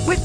for everyone. With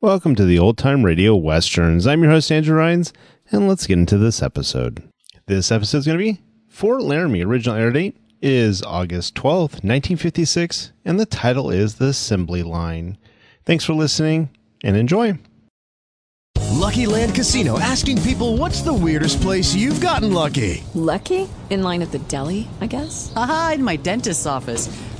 Welcome to the Old Time Radio Westerns. I'm your host, Andrew Rhines, and let's get into this episode. This episode is going to be Fort Laramie. Original air date is August 12th, 1956, and the title is The Assembly Line. Thanks for listening and enjoy. Lucky Land Casino asking people what's the weirdest place you've gotten lucky? Lucky? In line at the deli, I guess? Aha, in my dentist's office.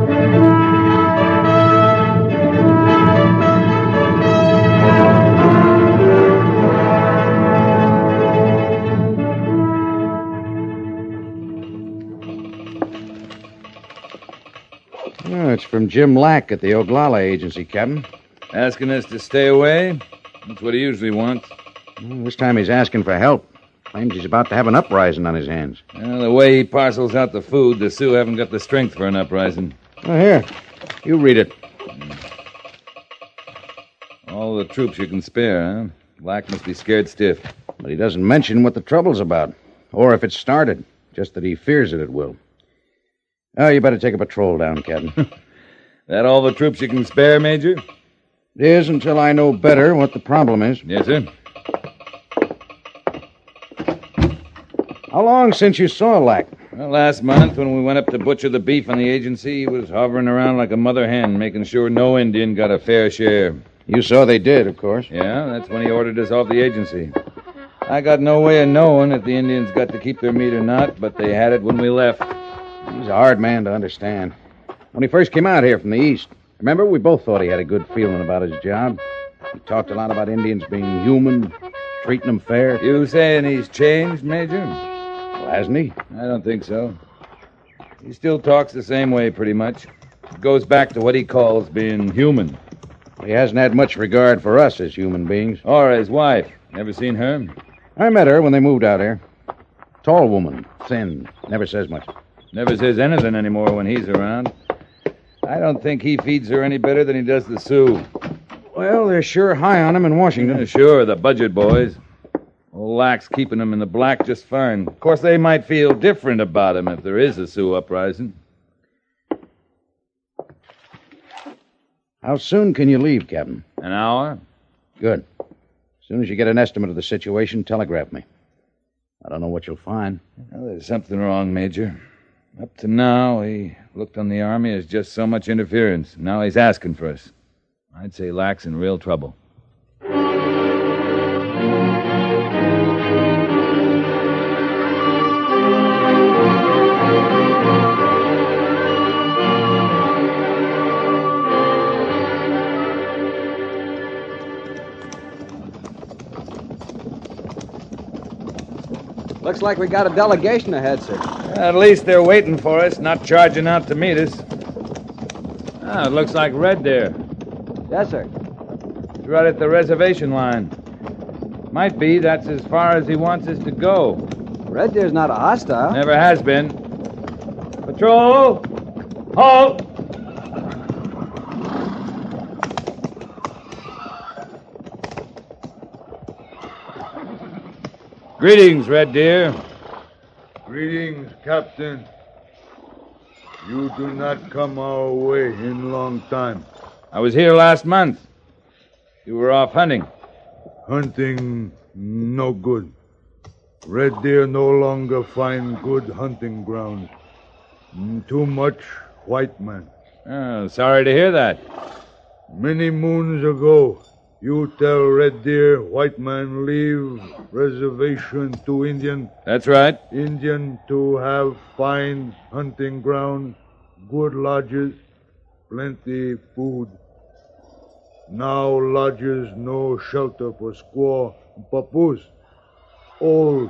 Oh, it's from Jim Lack at the Oglala Agency, Captain. Asking us to stay away? That's what he usually wants. Well, This time he's asking for help. Claims he's about to have an uprising on his hands. Well, the way he parcels out the food, the Sioux haven't got the strength for an uprising. Oh, here. You read it. All the troops you can spare, huh? Black must be scared stiff. But he doesn't mention what the trouble's about, or if it started, just that he fears that it will. Oh, you better take a patrol down, Captain. That all the troops you can spare, Major? it is until I know better what the problem is. Yes, sir. How long since you saw Lack? Well, last month when we went up to butcher the beef on the agency, he was hovering around like a mother hen, making sure no Indian got a fair share. You saw they did, of course. Yeah, that's when he ordered us off the agency. I got no way of knowing if the Indians got to keep their meat or not, but they had it when we left. He's a hard man to understand. When he first came out here from the East, remember, we both thought he had a good feeling about his job. He talked a lot about Indians being human, treating them fair. You saying he's changed, Major? Well, hasn't he? I don't think so. He still talks the same way, pretty much. Goes back to what he calls being human. He hasn't had much regard for us as human beings. Or his wife. Never seen her? I met her when they moved out here. Tall woman, thin, never says much. Never says anything anymore when he's around. I don't think he feeds her any better than he does the Sioux. Well, they're sure high on him in Washington. Sure, the budget boys. Old Lack's keeping him in the black just fine. Of course, they might feel different about him if there is a Sioux uprising. How soon can you leave, Captain? An hour? Good. As soon as you get an estimate of the situation, telegraph me. I don't know what you'll find. Well, there's something wrong, Major. Up to now, he looked on the Army as just so much interference. Now he's asking for us. I'd say Lack's in real trouble. Looks like we got a delegation ahead, sir. At least they're waiting for us, not charging out to meet us. Ah, it looks like Red there. Yes, sir. He's right at the reservation line. Might be that's as far as he wants us to go. Red Deer's not a hostile. Never has been. Patrol! Halt! Greetings, Red Deer. Greetings, Captain. You do not come our way in long time. I was here last month. You were off hunting. Hunting no good. Red deer no longer find good hunting grounds. Mm, Too much white man. Oh, sorry to hear that. Many moons ago, you tell Red Deer white man leave reservation to Indian. That's right. Indian to have fine hunting ground, good lodges, plenty food. Now lodges no shelter for squaw and papoose. Old,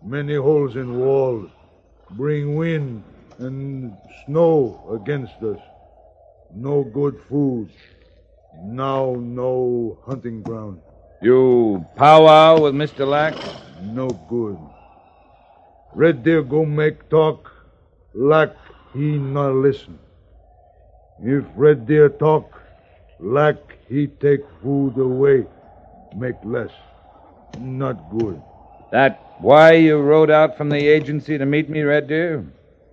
many holes in walls, bring wind and snow against us. No good food. Now no hunting ground. You powwow with Mr. Lack? No good. Red Deer go make talk. Lack he not listen. If Red Deer talk, lack he take food away, make less. Not good. That why you rode out from the agency to meet me, Red Deer?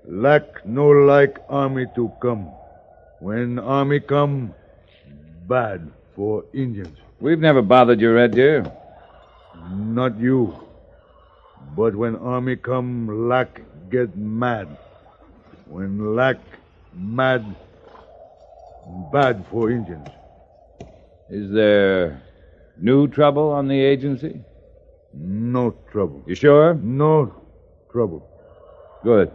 Lack no like army to come. When army come, bad for Indians. We've never bothered you, Red Deer. Not you. But when army come, lack get mad. When lack mad, bad for Indians. Is there new trouble on the agency? No trouble. You sure? No trouble. Good.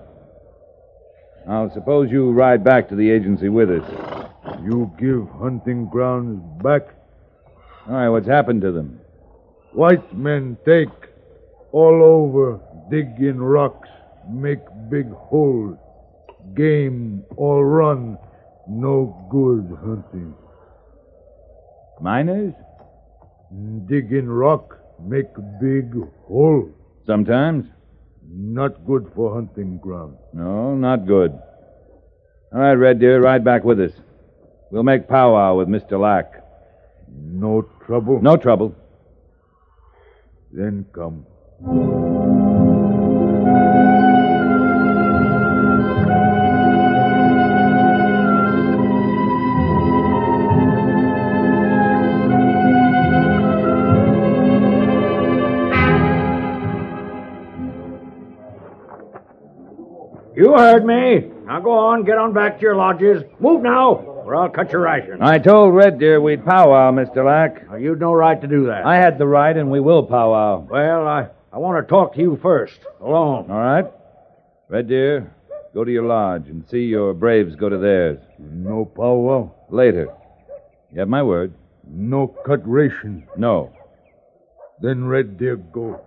Now, suppose you ride back to the agency with us. You give hunting grounds back. All right, what's happened to them? White men take all over, dig in rocks, make big holes. Game all run. No good hunting. Miners? Dig in rock, make big hole. Sometimes. Not good for hunting ground. No, not good. All right, Red Deer, ride back with us. We'll make powwow with Mr. Lack. No trouble? No trouble. Then come. You heard me. Now go on, get on back to your lodges. Move now, or I'll cut your ration. I told Red Deer we'd powwow, Mr. Lack. Now, you've no right to do that. I had the right, and we will powwow. Well, I, I want to talk to you first, alone. All right? Red Deer, go to your lodge and see your braves go to theirs. No powwow? Later. You have my word. No cut ration. No. Then Red Deer go.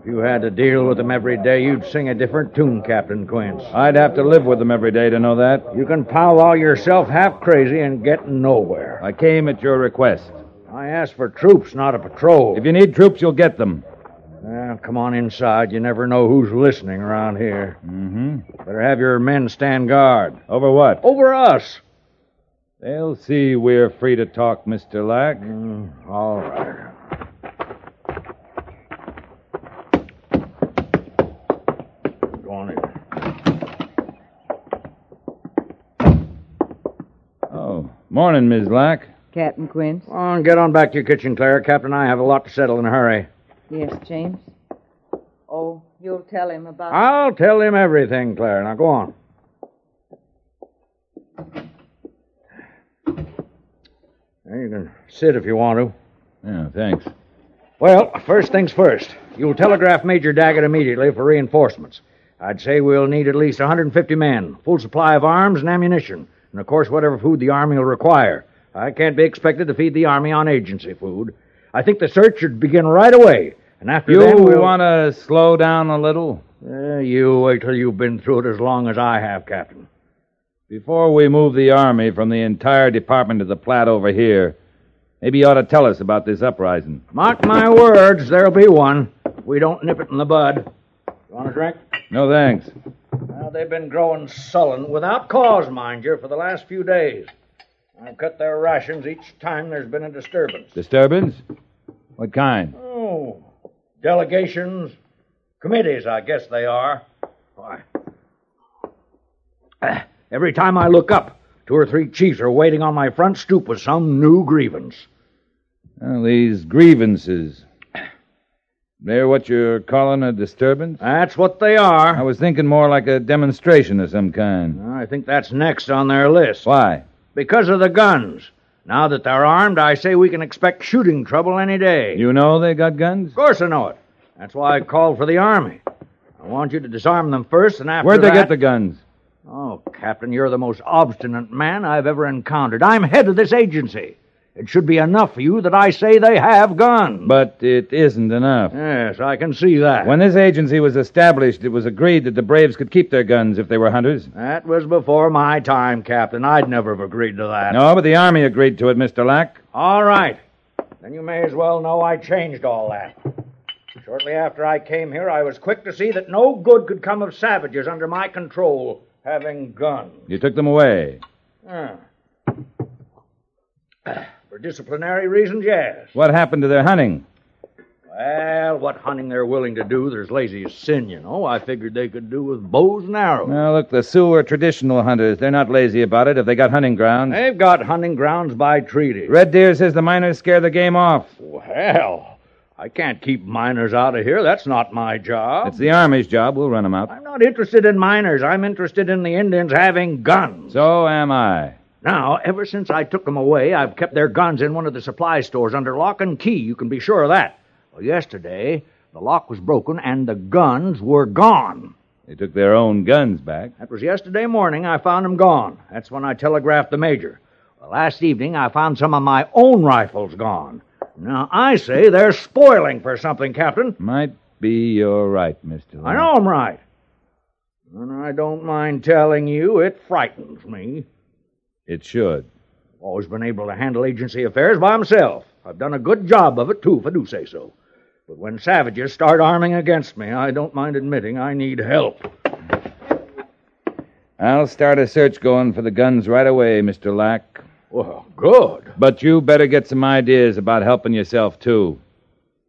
If you had to deal with them every day, you'd sing a different tune, Captain Quince. I'd have to live with them every day to know that. You can powwow yourself half crazy and get nowhere. I came at your request. I asked for troops, not a patrol. If you need troops, you'll get them. Well, come on inside. You never know who's listening around here. Mm-hmm. Better have your men stand guard. Over what? Over us. They'll see we're free to talk, Mr. Lack. Mm, all right. Go on in. Oh, morning, Ms. Lack. Captain Quince? Come on, get on back to your kitchen, Claire. Captain and I have a lot to settle in a hurry. Yes, James? Oh, you'll tell him about. I'll tell him everything, Claire. Now go on. Now, You can sit if you want to. Yeah, thanks. Well, first things first. You'll telegraph Major Daggett immediately for reinforcements. I'd say we'll need at least 150 men, full supply of arms and ammunition, and of course whatever food the Army will require. I can't be expected to feed the Army on agency food. I think the search should begin right away, and after You then we'll... want to slow down a little? Eh, you wait till you've been through it as long as I have, Captain. Before we move the army from the entire department to the Platte over here, maybe you ought to tell us about this uprising. Mark my words, there'll be one. We don't nip it in the bud. You want a drink? No thanks. Now, they've been growing sullen, without cause, mind you, for the last few days. I've cut their rations each time there's been a disturbance. Disturbance? What kind? Oh, delegations, committees, I guess they are. Why? Ah, Every time I look up, two or three chiefs are waiting on my front stoop with some new grievance. Well, these grievances. They're what you're calling a disturbance? That's what they are. I was thinking more like a demonstration of some kind. I think that's next on their list. Why? Because of the guns. Now that they're armed, I say we can expect shooting trouble any day. You know they got guns? Of course I know it. That's why I called for the Army. I want you to disarm them first, and after Where'd they that... get the guns? Oh, Captain, you're the most obstinate man I've ever encountered. I'm head of this agency. It should be enough for you that I say they have guns. But it isn't enough. Yes, I can see that. When this agency was established, it was agreed that the Braves could keep their guns if they were hunters. That was before my time, Captain. I'd never have agreed to that. No, but the Army agreed to it, Mr. Lack. All right. Then you may as well know I changed all that. Shortly after I came here, I was quick to see that no good could come of savages under my control having guns. You took them away. Ah. For disciplinary reasons, yes. What happened to their hunting? Well, what hunting they're willing to do, there's lazy as sin, you know. I figured they could do with bows and arrows. Now, look, the Sioux are traditional hunters. They're not lazy about it if they got hunting grounds. They've got hunting grounds by treaty. Red Deer says the miners scare the game off. Well, I can't keep miners out of here. That's not my job. It's the Army's job. We'll run them out. I'm not interested in miners. I'm interested in the Indians having guns. So am I. Now, ever since I took them away, I've kept their guns in one of the supply stores under lock and key. You can be sure of that. Well, yesterday, the lock was broken and the guns were gone. They took their own guns back. That was yesterday morning. I found 'em gone. That's when I telegraphed the major. Well, last evening, I found some of my own rifles gone. Now, I say they're spoiling for something, Captain. Might be you're right, Mr. Lack. I know I'm right. And I don't mind telling you, it frightens me. It should. I've always been able to handle agency affairs by myself. I've done a good job of it, too, if I do say so. But when savages start arming against me, I don't mind admitting I need help. I'll start a search going for the guns right away, Mr. Lack. Well, good. But you better get some ideas about helping yourself, too.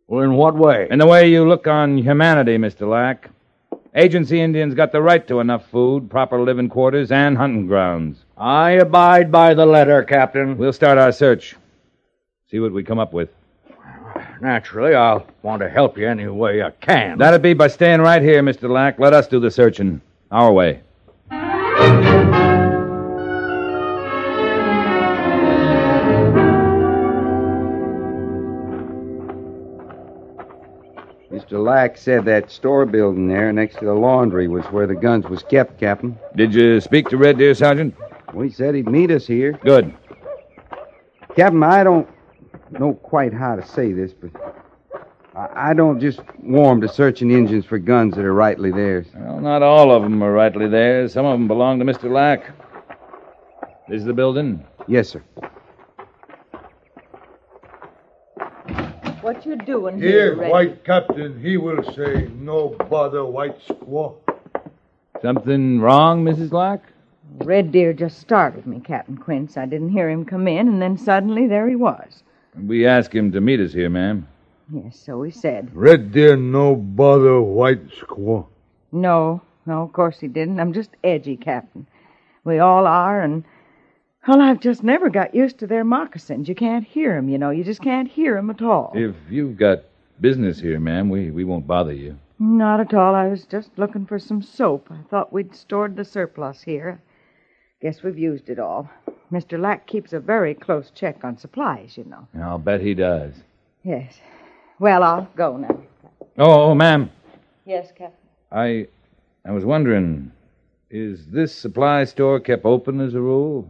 Well, in what way? And the way you look on humanity, Mr. Lack. Agency Indians got the right to enough food, proper living quarters, and hunting grounds. I abide by the letter, Captain. We'll start our search. See what we come up with. Naturally, I'll want to help you any way I can. That'd be by staying right here, Mr. Lack. Let us do the searching. Our way. Mr. Lack said that store building there next to the laundry was where the guns was kept, Captain. Did you speak to Red Deer, Sergeant? Well, he said he'd meet us here. Good. Captain, I don't know quite how to say this, but I, I don't just warm to searching engines for guns that are rightly theirs. Well, not all of them are rightly theirs. Some of them belong to Mr. Lack. This is the building? Yes, sir. What you doing Here, here, Red? white captain, he will say, no bother, white squaw. Something wrong, Mrs. Lack? Red Deer just startled me, Captain Quince. I didn't hear him come in, and then suddenly there he was. We asked him to meet us here, ma'am. Yes, so he said. Red deer, no bother, white squaw. No, no, of course he didn't. I'm just edgy, Captain. We all are, and well, I've just never got used to their moccasins. You can't hear 'em, you know. You just can't hear 'em at all. If you've got business here, ma'am, we, we won't bother you. Not at all. I was just looking for some soap. I thought we'd stored the surplus here. Guess we've used it all. Mr. Lack keeps a very close check on supplies, you know. I'll bet he does. Yes. Well, I'll go now. Oh, oh ma'am, Yes, Captain. I I was wondering, is this supply store kept open as a rule?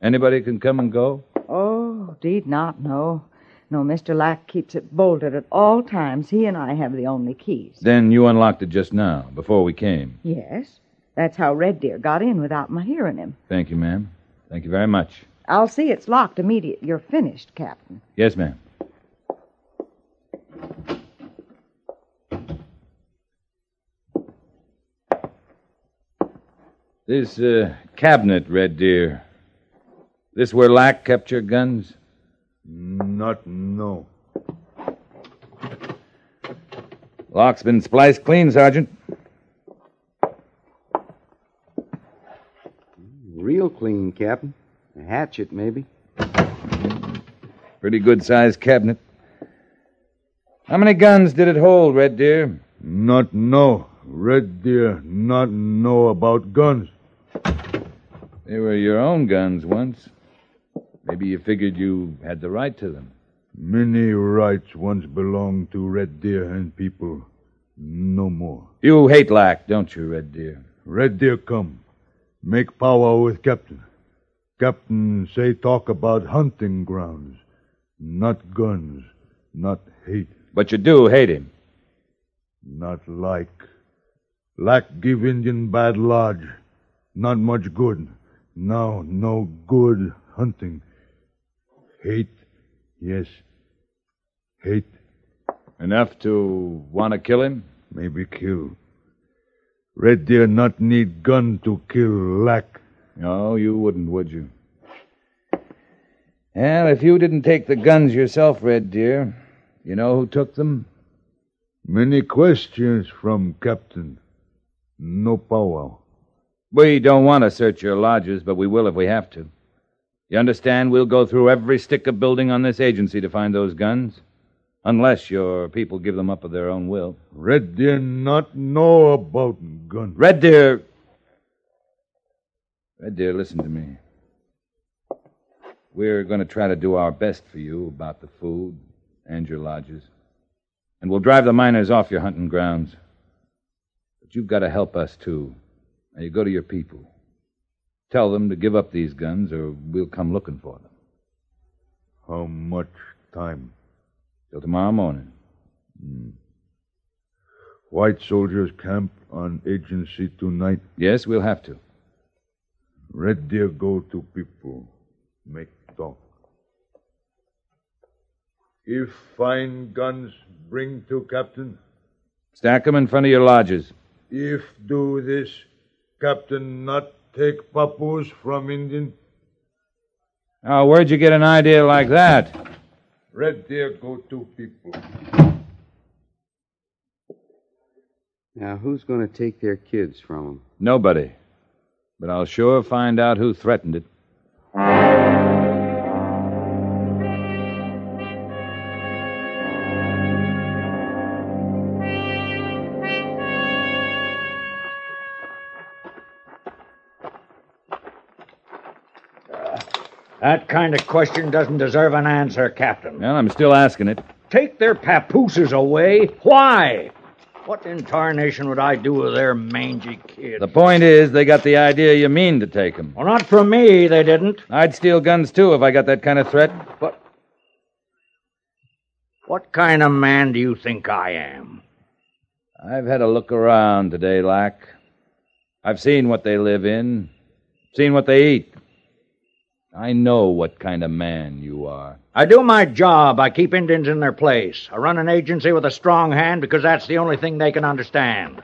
Anybody can come and go? Oh, deed not, no. No, Mr. Lack keeps it bolted at all times. He and I have the only keys. Then you unlocked it just now, before we came. Yes. That's how Red Deer got in without my hearing him. Thank you, ma'am. Thank you very much. I'll see it's locked immediate. You're finished, Captain. Yes, ma'am. This uh, cabinet, Red Deer. This where Lack kept your guns? Not no. Lock's been spliced clean, Sergeant. Real clean, Captain. A hatchet, maybe. Pretty good sized cabinet. How many guns did it hold, Red Deer? Not no. Red deer, not know about guns. They were your own guns once. Maybe you figured you had the right to them. Many rights once belonged to red deer and people. No more. You hate Lack, don't you, Red Deer? Red Deer come. Make power with captain. Captain say talk about hunting grounds, not guns, not hate, But you do hate him. not like. Like give Indian bad lodge, not much good. Now no good hunting. Hate, yes. Hate, Enough to want to kill him? maybe kill. Red Deer not need gun to kill lack. No, you wouldn't, would you? Well, if you didn't take the guns yourself, Red Deer, you know who took them? Many questions from captain. No powwow. We don't want to search your lodges, but we will if we have to. You understand? We'll go through every stick of building on this agency to find those guns. Unless your people give them up of their own will. Red Deer not know about gun. Red Deer. Red Deer, listen to me. We're going to try to do our best for you about the food and your lodges. And we'll drive the miners off your hunting grounds. But you've got to help us, too. Now, you go to your people. Tell them to give up these guns, or we'll come looking for them. How much time? Till tomorrow morning. Hmm. White soldiers camp on agency tonight. Yes, we'll have to. Red Deer go to people. Make talk. If find guns, bring to captain. Stack 'em in front of your lodges. If do this, captain not take papoose from Indian. Now, where'd you get an idea like that? Red Deer go to people. Now, who's going to take their kids from them? Nobody. But I'll sure find out who threatened it. That kind of question doesn't deserve an answer, Captain. Well, I'm still asking it. Take their papooses away. Why? What in tarnation would I do with their mangy kid? The point is, they got the idea you mean to take them. Well, not from me, they didn't. I'd steal guns, too, if I got that kind of threat. But. What kind of man do you think I am? I've had a look around today, Lack. I've seen what they live in, seen what they eat. I know what kind of man you are. I do my job. I keep Indians in their place. I run an agency with a strong hand because that's the only thing they can understand.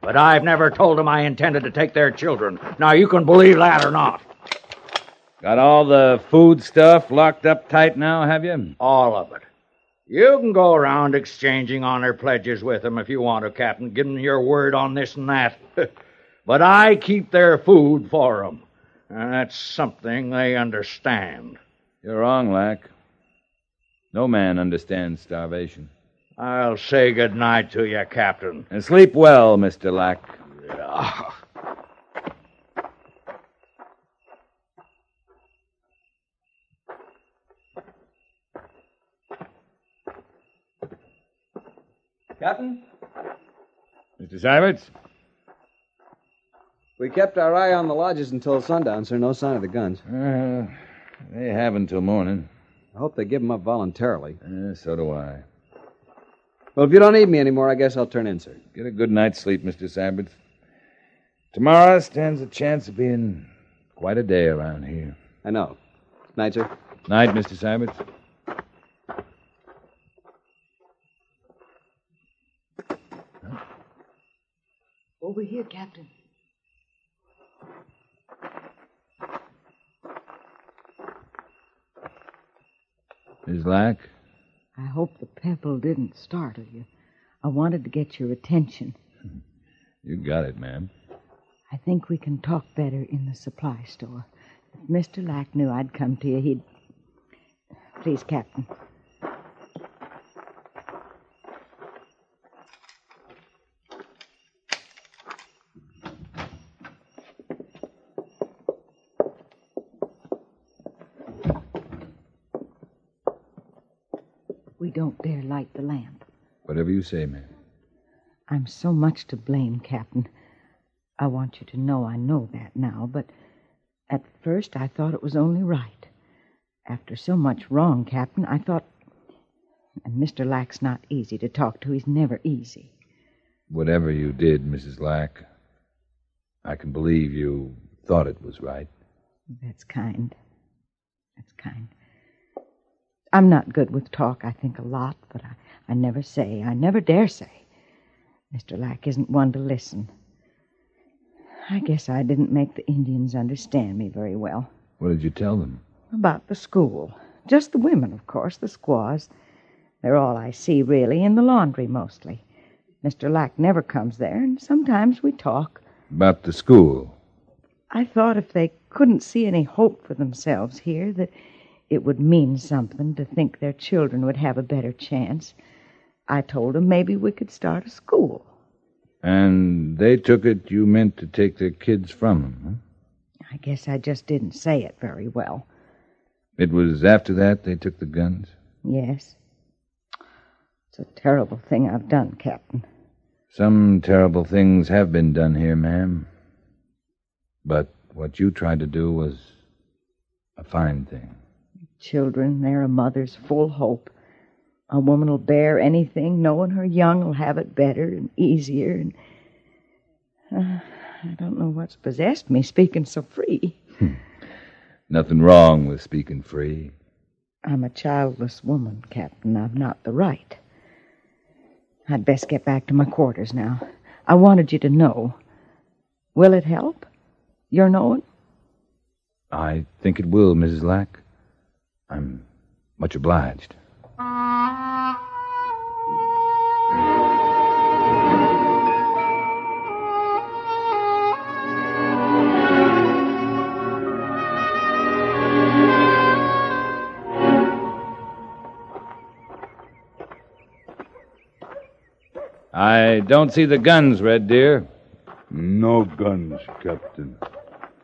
But I've never told them I intended to take their children. Now, you can believe that or not. Got all the food stuff locked up tight now, have you? All of it. You can go around exchanging honor pledges with them if you want to, Captain. Give them your word on this and that. but I keep their food for them. And that's something they understand. You're wrong, Lack. No man understands starvation. I'll say good night to you, Captain. And sleep well, Mr. Lack. Yeah. Captain? Mr. Syverts? We kept our eye on the lodges until sundown, sir. No sign of the guns. Uh, they have until morning. I hope they give 'em up voluntarily. Eh, so do I. Well, if you don't need me anymore, I guess I'll turn in, sir. Get a good night's sleep, Mr. Syverts. Tomorrow stands a chance of being quite a day around here. I know. Night, sir. Night, Mr. Syverts. Over here, Captain. Miss Lack? I hope the pebble didn't startle you. I wanted to get your attention. You got it, ma'am. I think we can talk better in the supply store. If Mr. Lack knew I'd come to you, he'd. Please, Captain. We don't dare light the lamp. Whatever you say, ma'am. I'm so much to blame, Captain. I want you to know I know that now, but at first I thought it was only right. After so much wrong, Captain, I thought. And Mr. Lack's not easy to talk to. He's never easy. Whatever you did, Mrs. Lack, I can believe you thought it was right. That's kind. That's kind. I'm not good with talk. I think a lot, but I, I never say. I never dare say. Mr. Lack isn't one to listen. I guess I didn't make the Indians understand me very well. What did you tell them? About the school. Just the women, of course, the squaws. They're all I see, really, in the laundry mostly. Mr. Lack never comes there, and sometimes we talk. About the school. I thought if they couldn't see any hope for themselves here, that it would mean something to think their children would have a better chance. I told 'em maybe we could start a school. And they took it you meant to take their kids from them. I guess I just didn't say it very well. It was after that they took the guns. Yes. It's a terrible thing I've done, Captain. Some terrible things have been done here, ma'am. But what you tried to do was a fine thing. Children, they're a mother's full hope. A woman will bear anything, knowing her young will have it better and easier. And uh, I don't know what's possessed me speaking so free. Nothing wrong with speaking free. I'm a childless woman, Captain. I've not the right. I'd best get back to my quarters now. I wanted you to know. Will it help? Your knowing? I think it will, Mrs. Lack. I'm much obliged. I don't see the guns, Red Deer. No guns, Captain.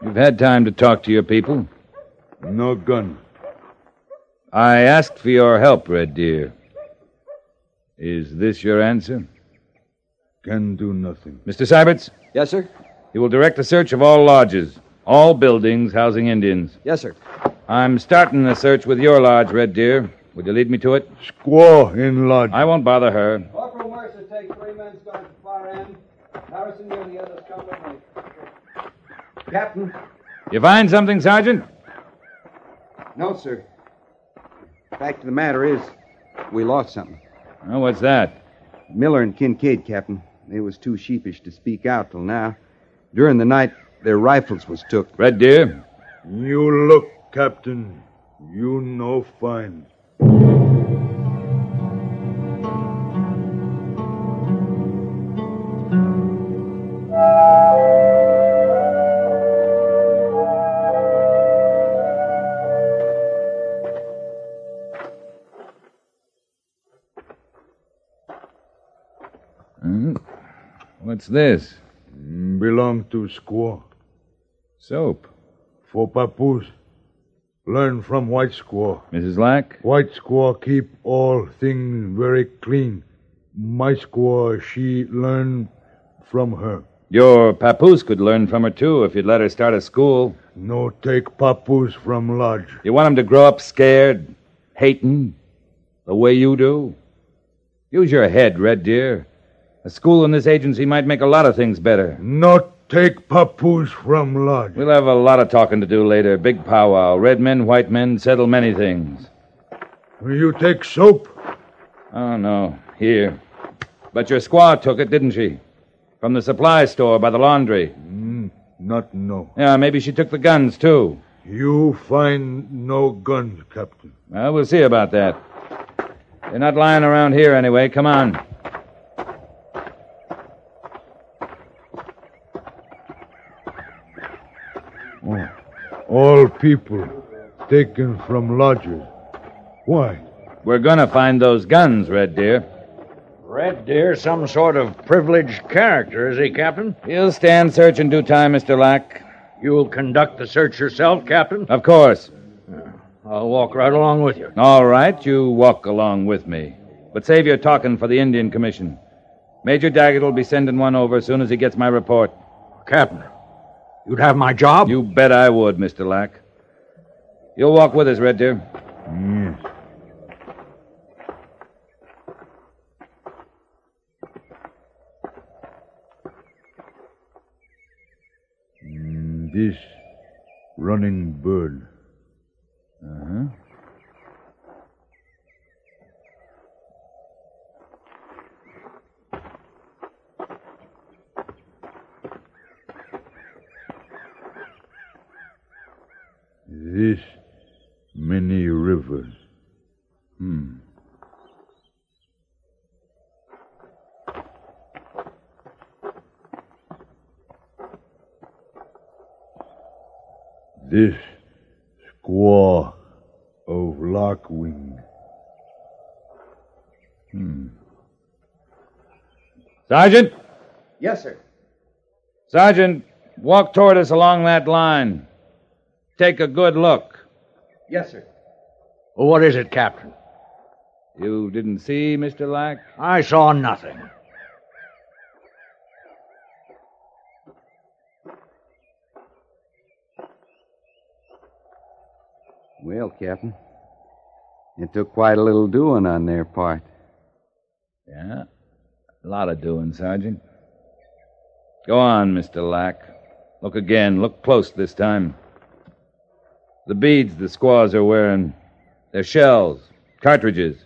You've had time to talk to your people. No gun. I asked for your help, Red Deer. Is this your answer? Can do nothing. Mr. Syberts? Yes, sir? You will direct the search of all lodges, all buildings housing Indians. Yes, sir. I'm starting the search with your lodge, Red Deer. Would you lead me to it? Squaw in lodge. I won't bother her. Corporal Mercer, take three men starting at the far end. Harrison, you and the others come with me. Captain. You find something, Sergeant? No, sir. Fact of the matter is, we lost something. Oh, what's that? Miller and Kincaid, Captain. They was too sheepish to speak out till now. During the night, their rifles was took. Red Deer? You look, Captain. You know fine. Hmm? What's this? Mm, Belong to squaw. Soap. For papoose. Learn from white squaw. Mrs. Lack? White squaw keep all things very clean. My squaw, she learn from her. Your papoose could learn from her, too, if you'd let her start a school. No take papoose from lodge. You want him to grow up scared, hating, the way you do? Use your head, Red Deer. A school in this agency might make a lot of things better. Not take papoose from lodge. We'll have a lot of talking to do later. Big powwow. Red men, white men, settle many things. You take soap. Oh, no. Here. But your squaw took it, didn't she? From the supply store by the laundry. Not no. Yeah, maybe she took the guns, too. You find no gun, Captain. Well, we'll see about that. They're not lying around here anyway. Come on. All people taken from lodges. Why? We're gonna find those guns, Red Deer. Red Deer, some sort of privileged character, is he, Captain? He'll stand search in due time, Mr. Lack. You'll conduct the search yourself, Captain? Of course. I'll walk right along with you. All right, you walk along with me. But save your talking for the Indian Commission. Major Daggett will be sending one over as soon as he gets my report. Captain, you'd have my job? You bet I would, Mr. Lack. You'll walk with us, Red Deer. Mm, This running bird. Uh-huh. This many rivers. Hmm. This squaw of Lockwing. Hmm. Sergeant! Yes, sir. Sergeant, walk toward us along that line. Take a good look. Yes, sir. Well, what is it, Captain? You didn't see, Mr. Lack? I saw nothing. Well, Captain, it took quite a little doing on their part. Yeah. A lot of doing, Sergeant. Go on, Mr. Lack. Look again. Look close this time. The beads the squaws are wearing, their shells, cartridges.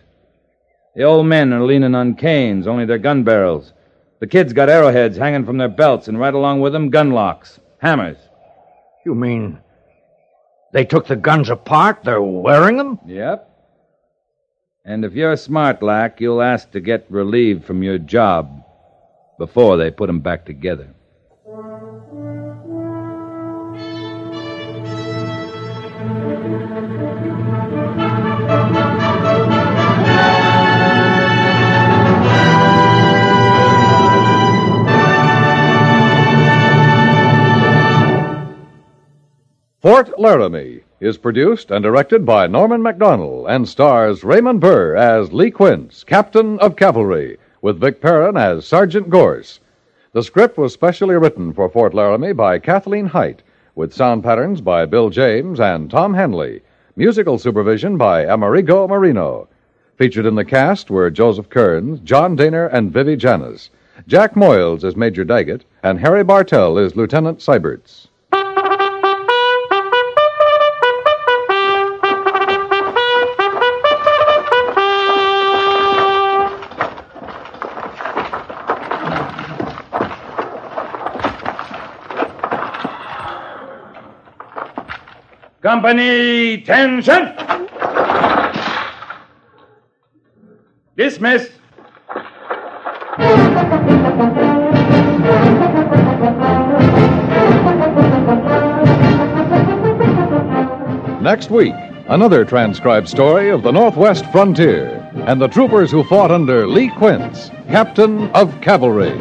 The old men are leaning on canes, only their gun barrels. The kids got arrowheads hanging from their belts, and right along with them, gun locks, hammers. You mean they took the guns apart? They're wearing them? Yep. And if you're smart, Lack, you'll ask to get relieved from your job before they put 'em back together. Fort Laramie is produced and directed by Norman MacDonald and stars Raymond Burr as Lee Quince, Captain of Cavalry, with Vic Perrin as Sergeant Gorse. The script was specially written for Fort Laramie by Kathleen Height, with sound patterns by Bill James and Tom Henley, musical supervision by Amerigo Marino. Featured in the cast were Joseph Kearns, John Daner, and Vivie Janis. Jack Moyles is Major Daggett, and Harry Bartell is Lieutenant Seibertz. Company tension. Dismiss. Next week, another transcribed story of the Northwest frontier and the troopers who fought under Lee Quince, captain of cavalry.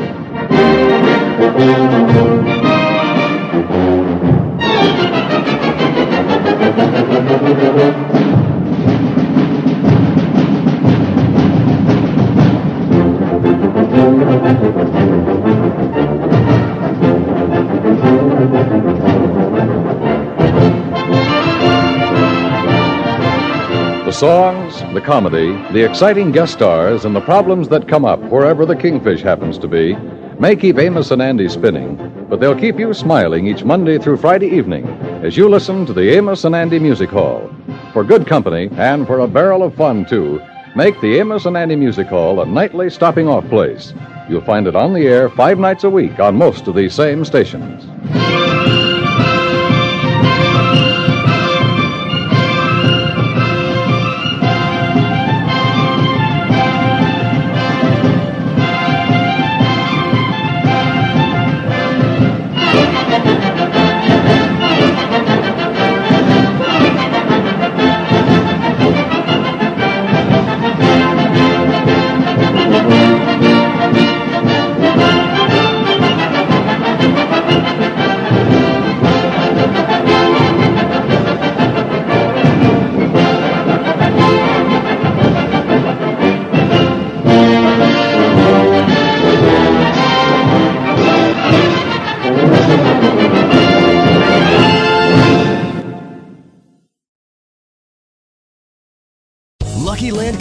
The songs, the comedy, the exciting guest stars, and the problems that come up wherever the kingfish happens to be may keep Amos and Andy spinning, but they'll keep you smiling each Monday through Friday evening as you listen to the Amos and Andy Music Hall. For good company and for a barrel of fun, too, make the Amos and Andy Music Hall a nightly stopping off place. You'll find it on the air five nights a week on most of these same stations. Lucky Land